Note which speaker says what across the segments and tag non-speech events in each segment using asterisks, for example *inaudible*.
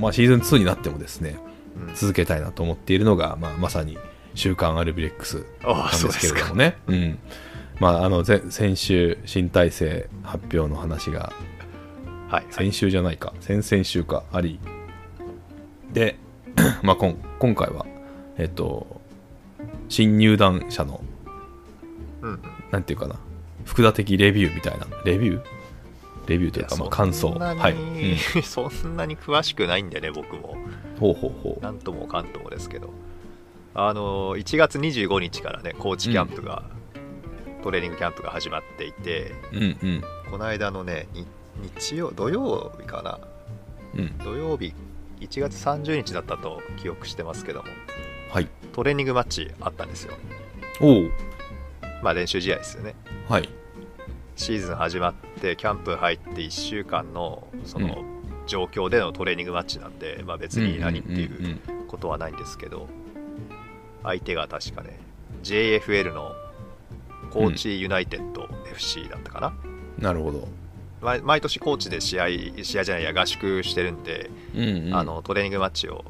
Speaker 1: まあ、シーズン2になってもですね
Speaker 2: うん
Speaker 1: 続けたいなと思っているのが、まあ、まさに「週刊アルビレックス」
Speaker 2: ああ
Speaker 1: なん
Speaker 2: そう
Speaker 1: で
Speaker 2: です
Speaker 1: け
Speaker 2: す
Speaker 1: れど
Speaker 2: か
Speaker 1: もね。うんまあ、あのぜ先週新体制発表の話が
Speaker 2: はいはい
Speaker 1: 先週じゃないか先々週かありで、 *clears throat* まあ、こん今回はえっと新入団者の
Speaker 2: うんうん
Speaker 1: なんていうかな福田的レビューみたいなレビューレビューというかまあ感想
Speaker 2: そんなに
Speaker 1: はい、うん、
Speaker 2: *laughs* そんなに詳しくないんでね僕も
Speaker 1: ほうほうほう
Speaker 2: なんともかんともですけどあの1月25日からねコーチキャンプが、トレーニングキャンプが始まっていて
Speaker 1: うんうん
Speaker 2: この間のねに日曜土曜日かな
Speaker 1: うん
Speaker 2: 土曜日1月30日だったと記憶してますけども
Speaker 1: はい
Speaker 2: トレーニングマッチあったんですよ
Speaker 1: おう
Speaker 2: まあ練習試合ですよね
Speaker 1: はい
Speaker 2: シーズン始まってキャンプ入って1週間のそうの状況でのトレーニングマッチなんで、まあ、別に何ってい
Speaker 1: んん
Speaker 2: うんうことはないんですけど相手が確かね JFL のコーチユナイテッド FC だったかな、
Speaker 1: うんなるほど
Speaker 2: 毎毎年コーチで試合試合じゃないや合宿してるんで、
Speaker 1: うん、うん、
Speaker 2: あのトレーニングマッチを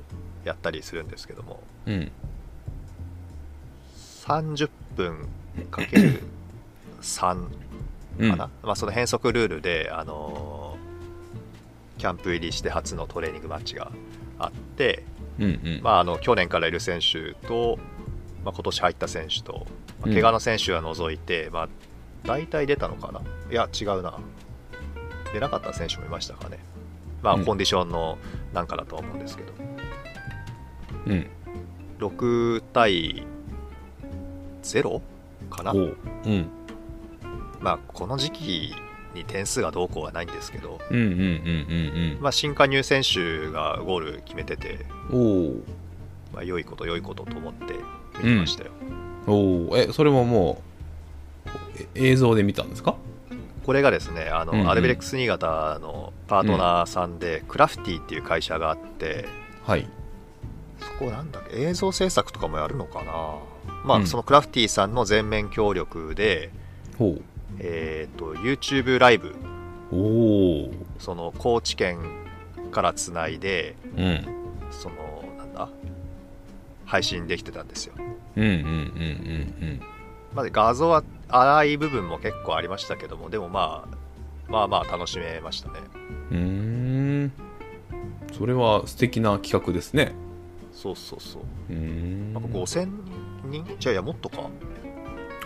Speaker 2: やったりするんですけども
Speaker 1: うん
Speaker 2: 30分かける3
Speaker 1: うん
Speaker 2: かな、まあ、その変則ルールで、あのーキャンプ入りして初のトレーニングマッチがあって、
Speaker 1: うんうん
Speaker 2: まあ、あの去年からいる選手と、まあ、今年入った選手と、ま
Speaker 1: う
Speaker 2: あ、
Speaker 1: ん
Speaker 2: 怪我の選手は除いて、まあ、大体出たのかないや違うな出なかった選手もいましたかね、まあ、
Speaker 1: うん
Speaker 2: コンディションのなんかだとは思うんですけど、
Speaker 1: うん
Speaker 2: 6対0かな
Speaker 1: お、ううん
Speaker 2: まあ、この時期に点数がどうこうはないんですけど、
Speaker 1: うんうんうんうん
Speaker 2: まあ、新加入選手がゴール決めてて、
Speaker 1: うんおう
Speaker 2: まあ、良いこと良いことと思って見てましたよ、
Speaker 1: おおえそれももうえ映像で見たんですか
Speaker 2: これがですねあの、
Speaker 1: うんうん
Speaker 2: アルベレックス新潟のパートナーさんで、クラフティっていう会社があって
Speaker 1: はい
Speaker 2: そこなんだっけ映像制作とかもやるのかなまあ、
Speaker 1: うん
Speaker 2: そのクラフティさんの全面協力で、
Speaker 1: ほう
Speaker 2: えー、と YouTube ライブ
Speaker 1: おお
Speaker 2: その高知県からつないで
Speaker 1: うん
Speaker 2: そのなんだ配信できてたんですよ
Speaker 1: うんうんうんうん
Speaker 2: まあ、画像は荒い部分も結構ありましたけどもでもまあまあまあ楽しめましたね
Speaker 1: うんうーんそれは素敵な企画ですね
Speaker 2: そうそうそう
Speaker 1: うーん
Speaker 2: なんか5000人じゃいやもっとか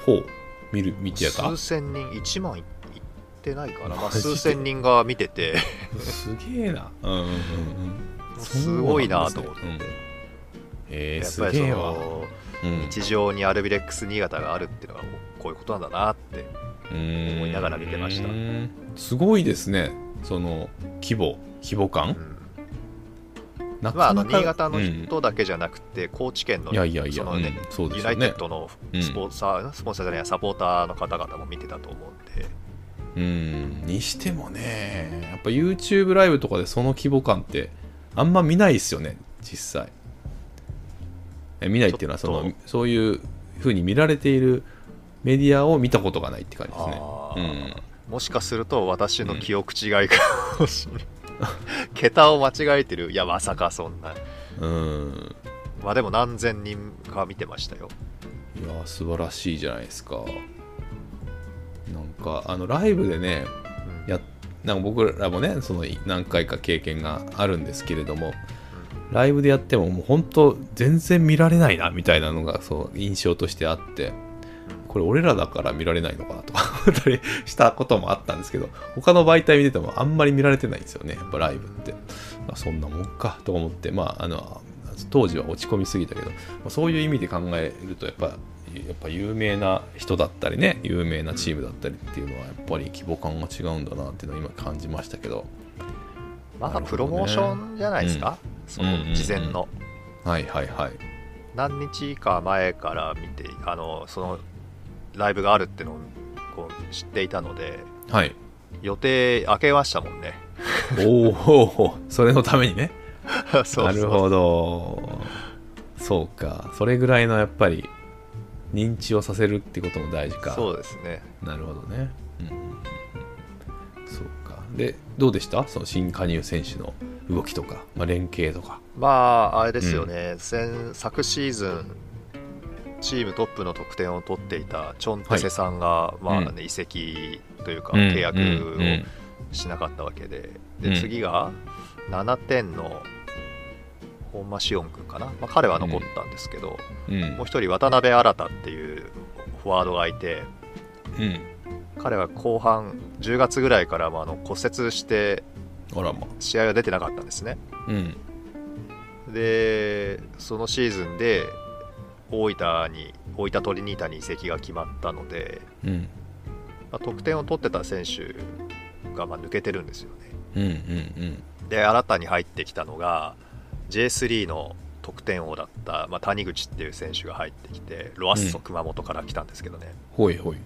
Speaker 1: ほう見る見てやった
Speaker 2: 数千人1万いってないかな、まあ、
Speaker 1: マジで
Speaker 2: 数千人が見
Speaker 1: *laughs*
Speaker 2: てて
Speaker 1: すげえなうんうんうんうん
Speaker 2: すごいなと思って、
Speaker 1: そうなんですねうんえー、
Speaker 2: やっ
Speaker 1: す
Speaker 2: ぱり
Speaker 1: げ
Speaker 2: そ
Speaker 1: えわ
Speaker 2: の
Speaker 1: うん
Speaker 2: 日常にアルビレックス新潟があるっていうのはこういうことなんだなって
Speaker 1: 思
Speaker 2: 思いながら見てました
Speaker 1: すごいですねその規模規模
Speaker 2: う
Speaker 1: 感
Speaker 2: ん
Speaker 1: な
Speaker 2: まあ、
Speaker 1: か
Speaker 2: あの
Speaker 1: なか
Speaker 2: 新潟の
Speaker 1: うん
Speaker 2: 人だけじゃなくて、高知県の
Speaker 1: いやいやいや
Speaker 2: そのね
Speaker 1: うんそうで
Speaker 2: ユ
Speaker 1: す
Speaker 2: ナ
Speaker 1: よね
Speaker 2: イテッドの
Speaker 1: うん
Speaker 2: スポンサー、スポンサーじゃないやサポーターの方々も見てたと思うんで、
Speaker 1: うんにしてもねやっぱ YouTube ライブとかでその規模感ってあんま見ないですよね実際え見ないっていうのは
Speaker 2: ち
Speaker 1: そ
Speaker 2: ょっと
Speaker 1: のそういうふうに見られているメディアを見たことがないって感じですね
Speaker 2: あ
Speaker 1: う
Speaker 2: ー
Speaker 1: ん
Speaker 2: もしかすると私の記憶違いかも
Speaker 1: *laughs*
Speaker 2: しれない、桁を間違えてる、いや、まさかそんな、
Speaker 1: うん
Speaker 2: まあでも何千人か見てましたよ。
Speaker 1: いやー素晴らしいじゃないですかなんかあのライブでね
Speaker 2: うん
Speaker 1: やなんか僕らもねその何回か経験があるんですけれどもライブでやってももう本当全然見られないなみたいなのがそう印象としてあってこれ俺らだから見られないのかなとか思ったりしたこともあったんですけど他の媒体見ててもあんまり見られてないんですよねやっぱライブってあそんなもんかと思ってまああの当時は落ち込みすぎたけどまあそういう意味で考えるとやっぱやっぱ有名な人だったりね有名なチームだったりっていうのはやっぱり規模感が違うんだなっていうのは今感じましたけど
Speaker 2: ま
Speaker 1: な
Speaker 2: だ
Speaker 1: るほどね
Speaker 2: プロモーションじゃないですか、そ
Speaker 1: うんうんう
Speaker 2: の
Speaker 1: ん
Speaker 2: 事前の。
Speaker 1: はいはいはい
Speaker 2: 何日か前から見てあのそのライブがあるってのをこう知っていたので
Speaker 1: はい
Speaker 2: 予定開けましたもんね *laughs*
Speaker 1: おお *laughs* それのためにね
Speaker 2: そうそう
Speaker 1: なるほどそうかそれぐらいのやっぱり認知をさせるってことも大事か
Speaker 2: そうですね
Speaker 1: なるほどねうんうんうんうんそうかでどうでしたその新加入選手の動きとか、まあ、連携とか
Speaker 2: まあ、あれですよね、先昨シーズン、チームトップの得点を取っていたチョンテセさんが、まあね
Speaker 1: うん
Speaker 2: 移籍というか、
Speaker 1: うん
Speaker 2: 契約
Speaker 1: うんうん
Speaker 2: をしなかったわけで、
Speaker 1: うん
Speaker 2: で次が7点の本間紫音君かな、まあ、彼は残ったんですけど、
Speaker 1: うん
Speaker 2: もう一人、渡辺新っていうフォワードがいて、
Speaker 1: うん
Speaker 2: 彼は後半、10月ぐらいからまああの骨折して、
Speaker 1: あらま
Speaker 2: 試合は出てなかったんですね。
Speaker 1: うん
Speaker 2: でそのシーズンで大分に大分トリニータに移籍が決まったので、
Speaker 1: うん
Speaker 2: まあ、得点を取ってた選手がまあ抜けてるんですよね
Speaker 1: うんうん
Speaker 2: で新たに入ってきたのが J3 の得点王だった、まあ、谷口っていう選手が入ってきてロアッソ
Speaker 1: うん
Speaker 2: 熊本から来たんですけどね、
Speaker 1: ほいほい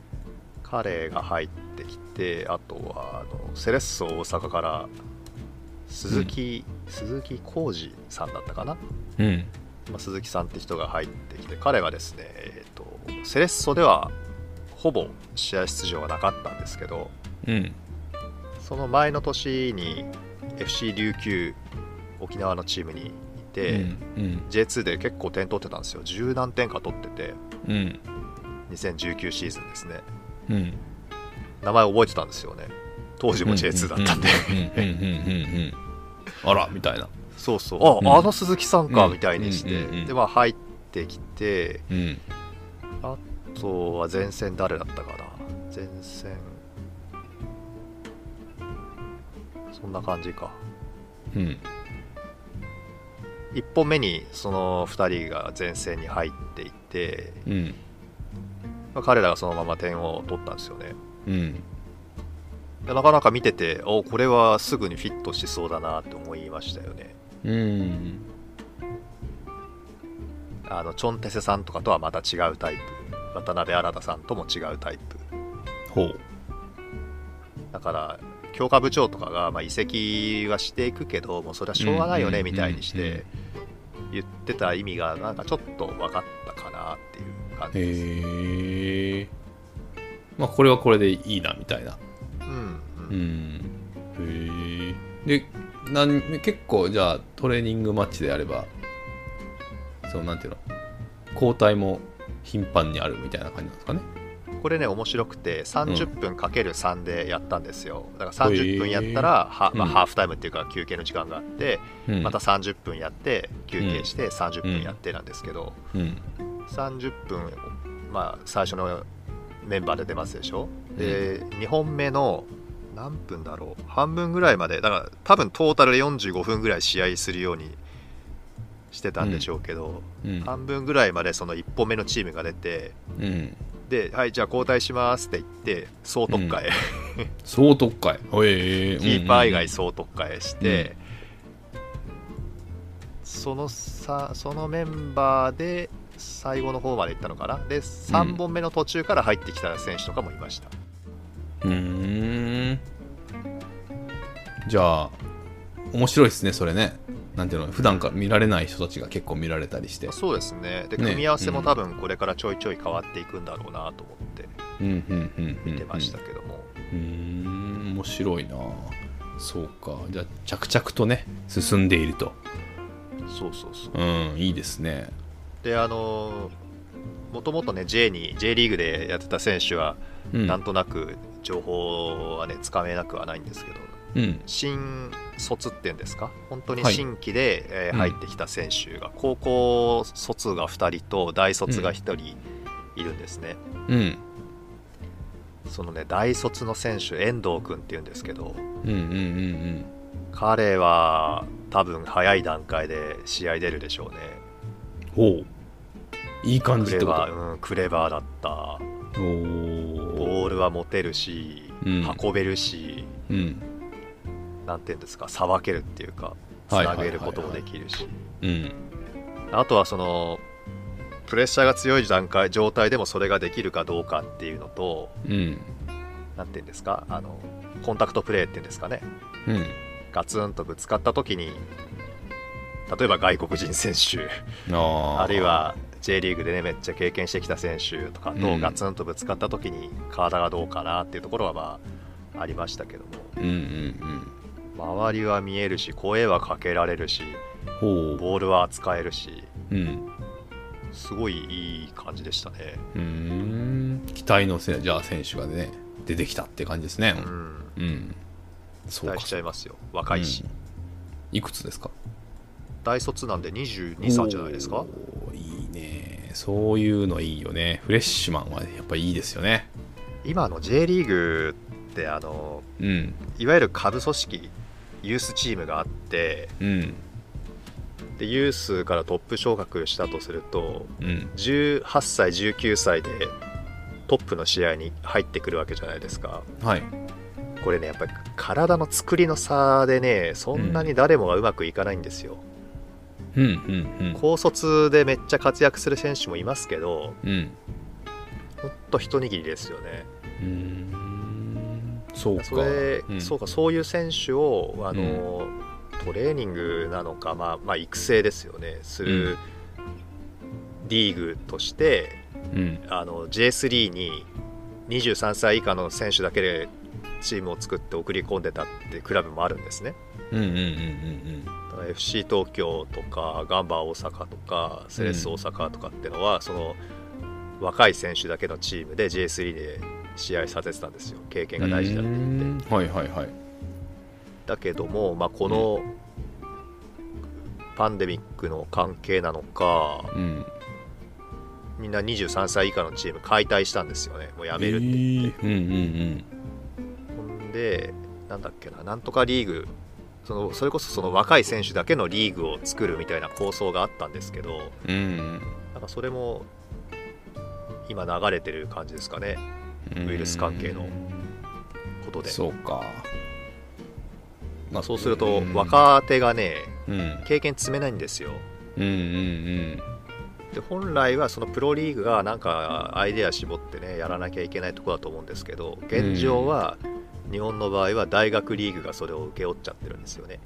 Speaker 2: 彼が入ってきてあとはあのセレッソ大阪から鈴木、鈴木浩二さんだったかな
Speaker 1: うん
Speaker 2: まあ、鈴木さんって人が入ってきて彼はですね、えー、とセレッソではほぼ試合出場がなかったんですけど
Speaker 1: うん
Speaker 2: その前の年に FC 琉球沖縄のチームにいて、
Speaker 1: うん
Speaker 2: J2 で結構点取ってたんですよ十何点か取ってて
Speaker 1: うん
Speaker 2: 2019シーズンですね
Speaker 1: うん
Speaker 2: 名前覚えてたんですよね当時も J2 だったんで
Speaker 1: うんうんうんうんうんうんあらみたいな
Speaker 2: そうそ
Speaker 1: う
Speaker 2: う
Speaker 1: ん
Speaker 2: ああの鈴木さんか
Speaker 1: うん
Speaker 2: みたいにして、
Speaker 1: うんうんうん
Speaker 2: でまあ入ってきて
Speaker 1: うん
Speaker 2: あとは前線誰だったかな前線そんな感じか
Speaker 1: うん
Speaker 2: 1本目にその2人が前線に入っていて、
Speaker 1: うん
Speaker 2: まあ彼らがそのまま点を取ったんですよね
Speaker 1: うん
Speaker 2: でなかなか見てておこれはすぐにフィットしそうだなって思いましたよね
Speaker 1: うん
Speaker 2: あのチョンテセさんとかとはまた違うタイプ渡辺新さんとも違うタイプ
Speaker 1: ほう
Speaker 2: だから強化部長とかが、まあ、移籍はしていくけどもうそれはしょうがないよね
Speaker 1: うん
Speaker 2: みたいにし
Speaker 1: うんうん
Speaker 2: て言ってた意味がなんかちょっと分かったかなっていう感じです、
Speaker 1: へえまあこれはこれでいいなみたいな
Speaker 2: うんう
Speaker 1: うんんへえでなん結構じゃあトレーニングマッチであればそのなんていうの交代も頻繁にあるみたいな感じなんですかね
Speaker 2: これね面白くて30分かける3でやったんですよだから30分やったら、はまあ
Speaker 1: うん
Speaker 2: ハーフタイムっていうか休憩の時間があって、
Speaker 1: うん
Speaker 2: また30分やって休憩して30分やってなんですけど、
Speaker 1: うん
Speaker 2: 30分、まあ、最初のメンバーで出ますでしょ、で2本目の何分だろう半分ぐらいまでだから多分トータルで45分ぐらい試合するようにしてたんでしょうけど、
Speaker 1: うん
Speaker 2: 半分ぐらいまでその1本目のチームが出て
Speaker 1: うん
Speaker 2: で「はいじゃあ交代します」って言って総特会、
Speaker 1: 総特会へえ
Speaker 2: キーパー以外総特会して、そのさそのメンバーで最後の方まで行ったのかなで3本目の途中から入ってきた選手とかもいました、
Speaker 1: うんうんうーんじゃあ面白いですねそれねなんていうの普段から見られない人たちが結構見られたりして
Speaker 2: そうですねで
Speaker 1: ね
Speaker 2: 組み合わせも多分これからちょいちょい変わっていくんだろうなと思って
Speaker 1: うんうんうんうん
Speaker 2: 見てましたけども、
Speaker 1: うーん面白いなそうかじゃあ着々とね進んでいると
Speaker 2: そうそうそう
Speaker 1: うんいいですね
Speaker 2: であのもともとね J に J リーグでやってた選手は
Speaker 1: うん
Speaker 2: なんとなく情報はねつかめなくはないんですけど
Speaker 1: うん
Speaker 2: 新卒っていうんですか本当に
Speaker 1: はい
Speaker 2: 新規で、えー
Speaker 1: うん
Speaker 2: 入ってきた選手が、高校卒が2人と大卒が1人いるんですね、
Speaker 1: うん
Speaker 2: そのね大卒の選手遠藤君っていうんですけど
Speaker 1: うんうんうん
Speaker 2: 彼は多分早い段階で試合出るでしょうね
Speaker 1: うんほういい感
Speaker 2: ク
Speaker 1: じっ
Speaker 2: レ
Speaker 1: てこ
Speaker 2: バ
Speaker 1: と
Speaker 2: ー、うん、クレバーだった
Speaker 1: おおー
Speaker 2: ボールは持てるし、
Speaker 1: うん
Speaker 2: 運べるし
Speaker 1: うん
Speaker 2: なんていうんですかさばけるっていうかつ
Speaker 1: はいは
Speaker 2: ない
Speaker 1: はいはい
Speaker 2: げることもできるし、
Speaker 1: うん
Speaker 2: あとはそのプレッシャーが強い段階状態でもそれができるかどうかっていうのと
Speaker 1: うん
Speaker 2: 何て言うんですかあのコンタクトプレーっていうんですかね
Speaker 1: うん
Speaker 2: ガツンとぶつかった時に例えば外国人選手
Speaker 1: あー
Speaker 2: あるいは J リーグでねめっちゃ経験してきた選手とか
Speaker 1: う
Speaker 2: と
Speaker 1: ん
Speaker 2: ガツンとぶつかった時に体がどうかなっていうところはまあありましたけども
Speaker 1: うんうんうん
Speaker 2: 周りは見えるし声はかけられるし
Speaker 1: ほう
Speaker 2: ボールは扱えるし
Speaker 1: うん
Speaker 2: すごいいい感じでしたね
Speaker 1: うーん期待のせじゃあ選手がね出てきたって感じですね
Speaker 2: うん
Speaker 1: うん
Speaker 2: 期
Speaker 1: そうか
Speaker 2: 待しちゃいますよ若いし、
Speaker 1: うんいくつですか
Speaker 2: 大卒なんで22歳じゃないですか
Speaker 1: おーいいねそういうのいいよねフレッシュマンはやっぱいいですよね
Speaker 2: 今の J リーグってあの
Speaker 1: うん
Speaker 2: いわゆる下部組織ユースチームがあって
Speaker 1: うん
Speaker 2: でユースからトップ昇格したとすると
Speaker 1: うん
Speaker 2: 18歳19歳でトップの試合に入ってくるわけじゃないですか
Speaker 1: はい
Speaker 2: これねやっぱり体の作りの差でねそんなに誰もがうまくいかないんですよ、
Speaker 1: うんうん
Speaker 2: 高卒でめっちゃ活躍する選手もいますけど
Speaker 1: うんうん
Speaker 2: ほんと一握りですよね
Speaker 1: うーんそうか
Speaker 2: それ、
Speaker 1: うん
Speaker 2: そうかそういう選手をあの、トレーニングなのか、まあ、まあ育成ですよねするリーグとして、
Speaker 1: うん
Speaker 2: あの J3 に23歳以下の選手だけでチームを作って送り込んでたってクラブもあるんですね
Speaker 1: うんうんうん
Speaker 2: だから FC 東京とかガンバ大阪とかセレッソ大阪とかってのは、その若い選手だけのチームで J3 で試合させてたんですよ経
Speaker 1: う
Speaker 2: 験
Speaker 1: んう
Speaker 2: が
Speaker 1: ん
Speaker 2: 大事だって言って。
Speaker 1: てはいはいはい
Speaker 2: だけども、まあ、このパンデミックの関係なのか
Speaker 1: うん
Speaker 2: みんな23歳以下のチーム解体したんですよねもうやめるって、
Speaker 1: えーうんうん
Speaker 2: ほんでなんだっけななんとかリーグそのそれこそその若い選手だけのリーグを作るみたいな構想があったんですけど
Speaker 1: うん
Speaker 2: なんかそれも今流れてる感じですかね
Speaker 1: うん
Speaker 2: ウイルス関係のことで
Speaker 1: そうか
Speaker 2: まあ、そうすると
Speaker 1: うん
Speaker 2: 若手がね
Speaker 1: うん
Speaker 2: 経験積めないんですよ
Speaker 1: うんうん
Speaker 2: で本来はそのプロリーグがなんかアイデア絞ってねやらなきゃいけないところだと思うんですけど現状は日本の場合は大学リーグがそれを請け負っちゃってるんですよね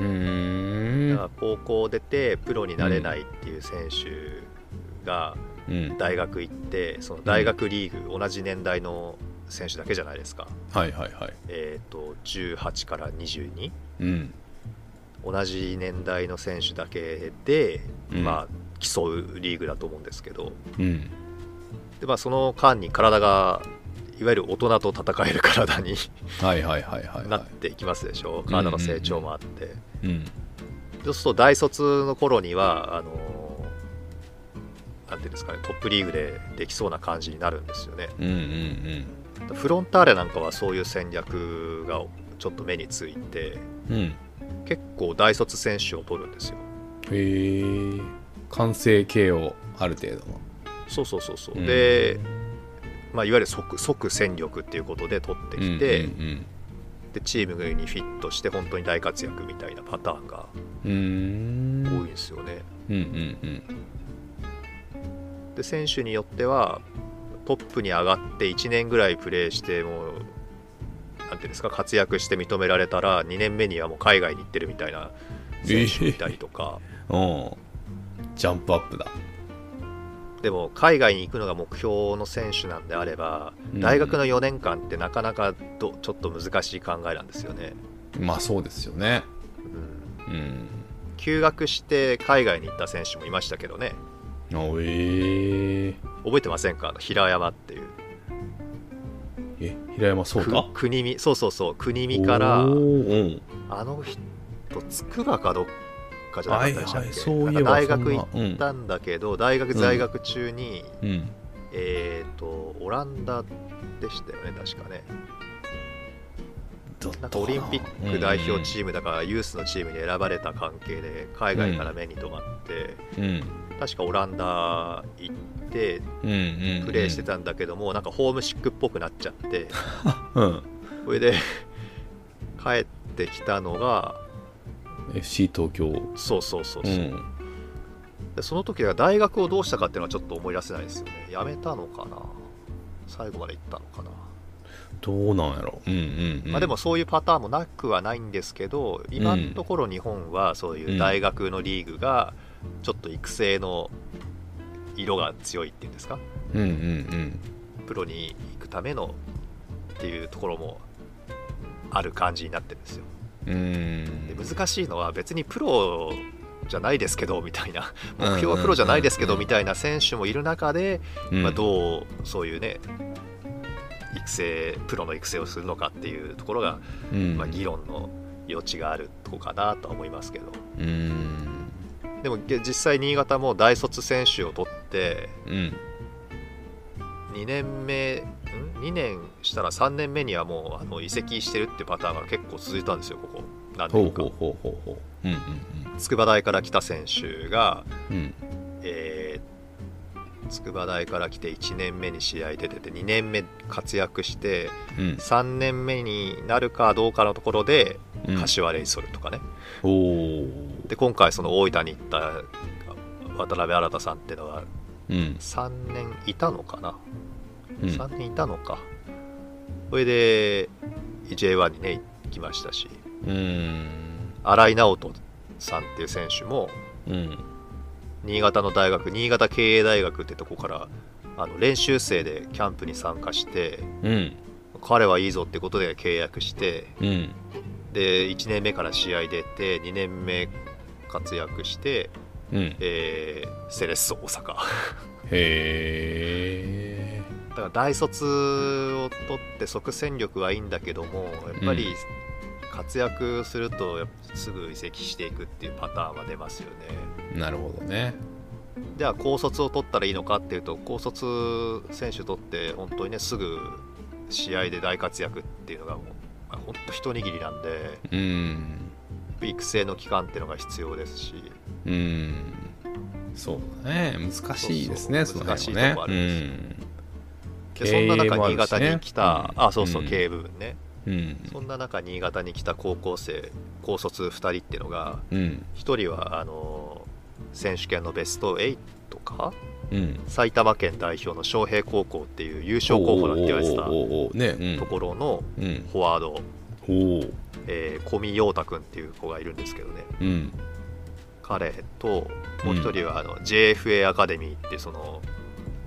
Speaker 1: うんう
Speaker 2: だか
Speaker 1: ん
Speaker 2: ら高校出てプロになれないっていう選手が
Speaker 1: うん
Speaker 2: 大学行ってその大学リーグ同じ年代の選手だけじゃないですか
Speaker 1: はいはいはい
Speaker 2: えっ、と18から22
Speaker 1: うん
Speaker 2: 同じ年代の選手だけで、
Speaker 1: うん
Speaker 2: まあ競うリーグだと思うんですけど
Speaker 1: うん
Speaker 2: でまあその間に体がいわゆる大人と戦える体に
Speaker 1: はいはいはいはい
Speaker 2: な
Speaker 1: は
Speaker 2: っていきますでしょ体の成長もあって、
Speaker 1: いうん
Speaker 2: そうすると大卒の頃にはあのーなんていうんですかねトップリーグでできそうな感じになるんですよね
Speaker 1: うんうん
Speaker 2: フロンターレなんかはそういう戦略がちょっと目について
Speaker 1: うんうん
Speaker 2: 結構大卒選手を取るんですよ
Speaker 1: へえ完成形をある程度の
Speaker 2: そうそうそうそう、
Speaker 1: うん
Speaker 2: で、まあ、いわゆる即即戦力っていうことで取ってきて、
Speaker 1: うん
Speaker 2: でチームにフィットして本当に大活躍みたいなパターンが
Speaker 1: うんうん
Speaker 2: 多
Speaker 1: うん
Speaker 2: いんですよね。
Speaker 1: うんうん
Speaker 2: で選手によってはトップに上がって1年ぐらいプレーしてもうなんていうんですか活躍して認められたら2年目にはもう海外に行ってるみたいな選手もいたりとか、
Speaker 1: うんうんジャンプアップだ
Speaker 2: でも海外に行くのが目標の選手なんであれば
Speaker 1: うん
Speaker 2: 大学の4年間ってなかなかどちょっと難しい考えなんですよね。
Speaker 1: まあそうですよね
Speaker 2: うん
Speaker 1: うん
Speaker 2: 休学して海外に行った選手もいましたけどね
Speaker 1: あええ
Speaker 2: 覚えてませんかあの平山っていう
Speaker 1: え平山そうだ
Speaker 2: く国見そうそうそう国見から
Speaker 1: おーうん
Speaker 2: あの人つくばかどっかじゃな
Speaker 1: は
Speaker 2: かっ
Speaker 1: い
Speaker 2: たでした
Speaker 1: は
Speaker 2: っけ、
Speaker 1: いそうい
Speaker 2: な
Speaker 1: えば
Speaker 2: んか大学行っ
Speaker 1: そんな
Speaker 2: たんだけど、大学在学中に、
Speaker 1: うん、うん、
Speaker 2: えっ、とオランダでしたよね確かね
Speaker 1: だったか
Speaker 2: なんかオリンピック代表チームだからユースのチームに選ばれた関係で海外から目に留まって、
Speaker 1: うんうん
Speaker 2: 確かオランダ行って
Speaker 1: うんうんうん
Speaker 2: プレーしてたんだけども、なんかホームシックっぽくなっちゃって
Speaker 1: うん
Speaker 2: それで帰ってきたのが
Speaker 1: FC 東京う
Speaker 2: そうそうそうそう、
Speaker 1: ん
Speaker 2: でその時は大学をどうしたかっていうのはちょっと思い出せないですよねやめたのかな最後まで行ったのかな、
Speaker 1: どうなんやろうんうん、うん、
Speaker 2: まあ、でもそういうパターンもなくはないんですけど今のところ日本はそういう大学のリーグがちょっと育成の色が強いっていうんですか
Speaker 1: うんうんうん
Speaker 2: プロに行くためのっていうところもある感じになってるんですよ
Speaker 1: うう
Speaker 2: で
Speaker 1: ん
Speaker 2: 難しいのは別にプロじゃないですけどみたいな
Speaker 1: うんうんうん
Speaker 2: 目標はプロじゃないですけどみたいな選手もいる中で、
Speaker 1: うん
Speaker 2: まあ、どうそういうね育成プロの育成をするのかっていうところが、
Speaker 1: うん
Speaker 2: まあ、議論の余地があるとこかなとは思いますけど
Speaker 1: うん
Speaker 2: でもげ実際新潟も大卒選手を取って
Speaker 1: うん
Speaker 2: 2年目ん2年したら3年目にはもうあの移籍してるってパターンが結構続いたんですよここ何
Speaker 1: ほう
Speaker 2: 年か
Speaker 1: ほうほうほうほううんうん
Speaker 2: 筑波大から来た選手が
Speaker 1: うん
Speaker 2: えー筑波大から来て1年目に試合出てて2年目活躍して
Speaker 1: うん
Speaker 2: 3年目になるかどうかのところで
Speaker 1: うん
Speaker 2: 柏レイソルとかね、
Speaker 1: おお
Speaker 2: で今回その大分に行った渡辺新さんっていうのは
Speaker 1: うん
Speaker 2: 3年いたのかな、
Speaker 1: うん
Speaker 2: 3年いたのかそれで J1 にね行きましたし
Speaker 1: うん
Speaker 2: 新井直人さんっていう選手も
Speaker 1: うん
Speaker 2: 新潟の大学新潟経営大学ってとこからあの練習生でキャンプに参加して
Speaker 1: うん
Speaker 2: 彼はいいぞってことで契約して
Speaker 1: うん
Speaker 2: で1年目から試合出て2年目活躍して、
Speaker 1: うん
Speaker 2: えーセレッソ大阪 *laughs* だか
Speaker 1: へえ
Speaker 2: ら大卒を取って即戦力はいいんだけどもやっぱ
Speaker 1: う
Speaker 2: り活躍するとやっぱすぐ移籍していくっていうパターンは出ますよね
Speaker 1: なるほどね
Speaker 2: じゃあ高卒を取ったらいいのかっていうと高卒選手取って本当にねすぐ試合で大活躍っていうのがもう、まあ、本当一握りなんで
Speaker 1: うん
Speaker 2: 育成の期間っていうのが必要ですし
Speaker 1: うんそうだね難しいですね
Speaker 2: そ
Speaker 1: そ
Speaker 2: うそう
Speaker 1: の
Speaker 2: 難しい
Speaker 1: 辺はね
Speaker 2: とこあ
Speaker 1: う
Speaker 2: るんですよ
Speaker 1: ん
Speaker 2: でそんな
Speaker 1: 経営も
Speaker 2: 中
Speaker 1: あるしね
Speaker 2: 新潟に来た、
Speaker 1: うん
Speaker 2: あそうそう
Speaker 1: うん
Speaker 2: 経営部分ね、
Speaker 1: うん
Speaker 2: そんな中新潟に来た高校生高卒2人っていうのが
Speaker 1: うん
Speaker 2: 1人はあの選手権のベスト8か
Speaker 1: うん
Speaker 2: 埼玉県代表の昌平高校っていう優勝候補だって言われてた
Speaker 1: おーおーおーおーねうん
Speaker 2: ところの
Speaker 1: うん
Speaker 2: フォワード
Speaker 1: おー
Speaker 2: えー小見陽太君っていう子がいるんですけどね
Speaker 1: うん
Speaker 2: 彼ともう一人はあの JFA アカデミーってその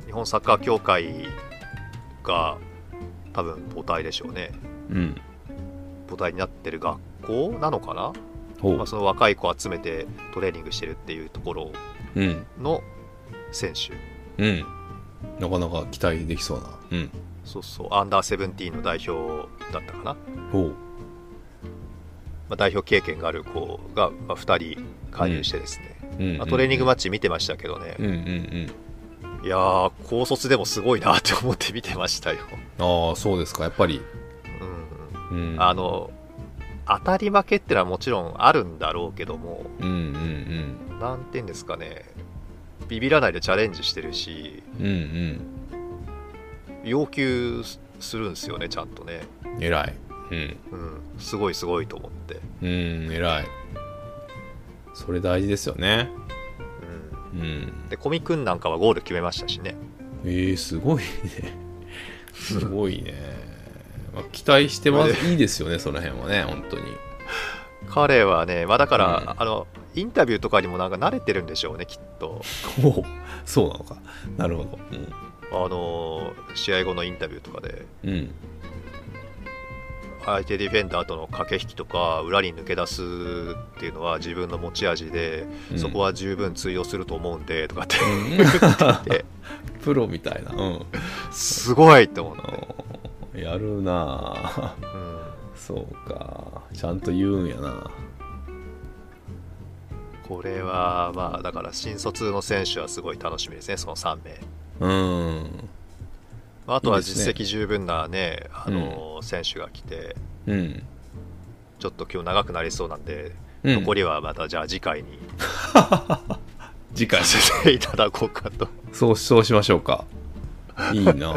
Speaker 2: 日本サッカー協会が多分母体でしょうね
Speaker 1: うん
Speaker 2: 母体になってる学校なのかな、
Speaker 1: ほ
Speaker 2: まあ、
Speaker 1: う
Speaker 2: その若い子を集めてトレーニングしてるっていうところ
Speaker 1: うん
Speaker 2: の選手
Speaker 1: うんなかなか期待できそうなうん
Speaker 2: そうそうアンダーセブンティーンの代表だったかな、ま
Speaker 1: ほう
Speaker 2: あ、代表経験がある子が、まあ、2人加入してですね、
Speaker 1: うん
Speaker 2: まあトレーニングマッチ見てましたけどね、
Speaker 1: うんうんうん
Speaker 2: いやー高卒でもすごいなって思って見てましたよ、
Speaker 1: ああそうですかやっぱり、
Speaker 2: う
Speaker 1: うん、
Speaker 2: ん、あの当たり負けってのはもちろんあるんだろうけども
Speaker 1: うんうん
Speaker 2: 何て言うんですかねビビらないでチャレンジしてるし
Speaker 1: うんうん
Speaker 2: 要求するんですよねちゃんとね、
Speaker 1: うん偉いうん
Speaker 2: うん、すごいすごいと思って、
Speaker 1: うん偉いそれ大事ですよねうん
Speaker 2: で小見君なんかはゴール決めましたしね
Speaker 1: えー、すごいねすごいね、まあ、期待してます *laughs* いいですよねその辺はね本当に
Speaker 2: 彼はね、まあ、だから、
Speaker 1: うん
Speaker 2: あのインタビューとかにもなんか慣れてるんでしょうねきっと
Speaker 1: おおそうなのかなるほど
Speaker 2: あの試合後のインタビューとかで
Speaker 1: うん、うん、
Speaker 2: 相手ディフェンダーとの駆け引きとか裏に抜け出すっていうのは自分の持ち味で、
Speaker 1: うん
Speaker 2: そこは十分通用すると思うんでとかって
Speaker 1: う
Speaker 2: 言って
Speaker 1: んプロみたいなうん
Speaker 2: すごいと思って、
Speaker 1: おーやる *laughs* なあ
Speaker 2: うん
Speaker 1: *laughs* そうかちゃんと言うんやな
Speaker 2: これはまあだから新卒の選手はすごい楽しみですねその3名
Speaker 1: うん
Speaker 2: まああとはいい
Speaker 1: ですね
Speaker 2: 実績十分なねあの選手が来て
Speaker 1: うん
Speaker 2: ちょっと今日長くなりそうなんで、
Speaker 1: うん
Speaker 2: 残りはまたじゃあ次回に
Speaker 1: 次回
Speaker 2: させていただこうかと
Speaker 1: そうそうしましょうかいいなあ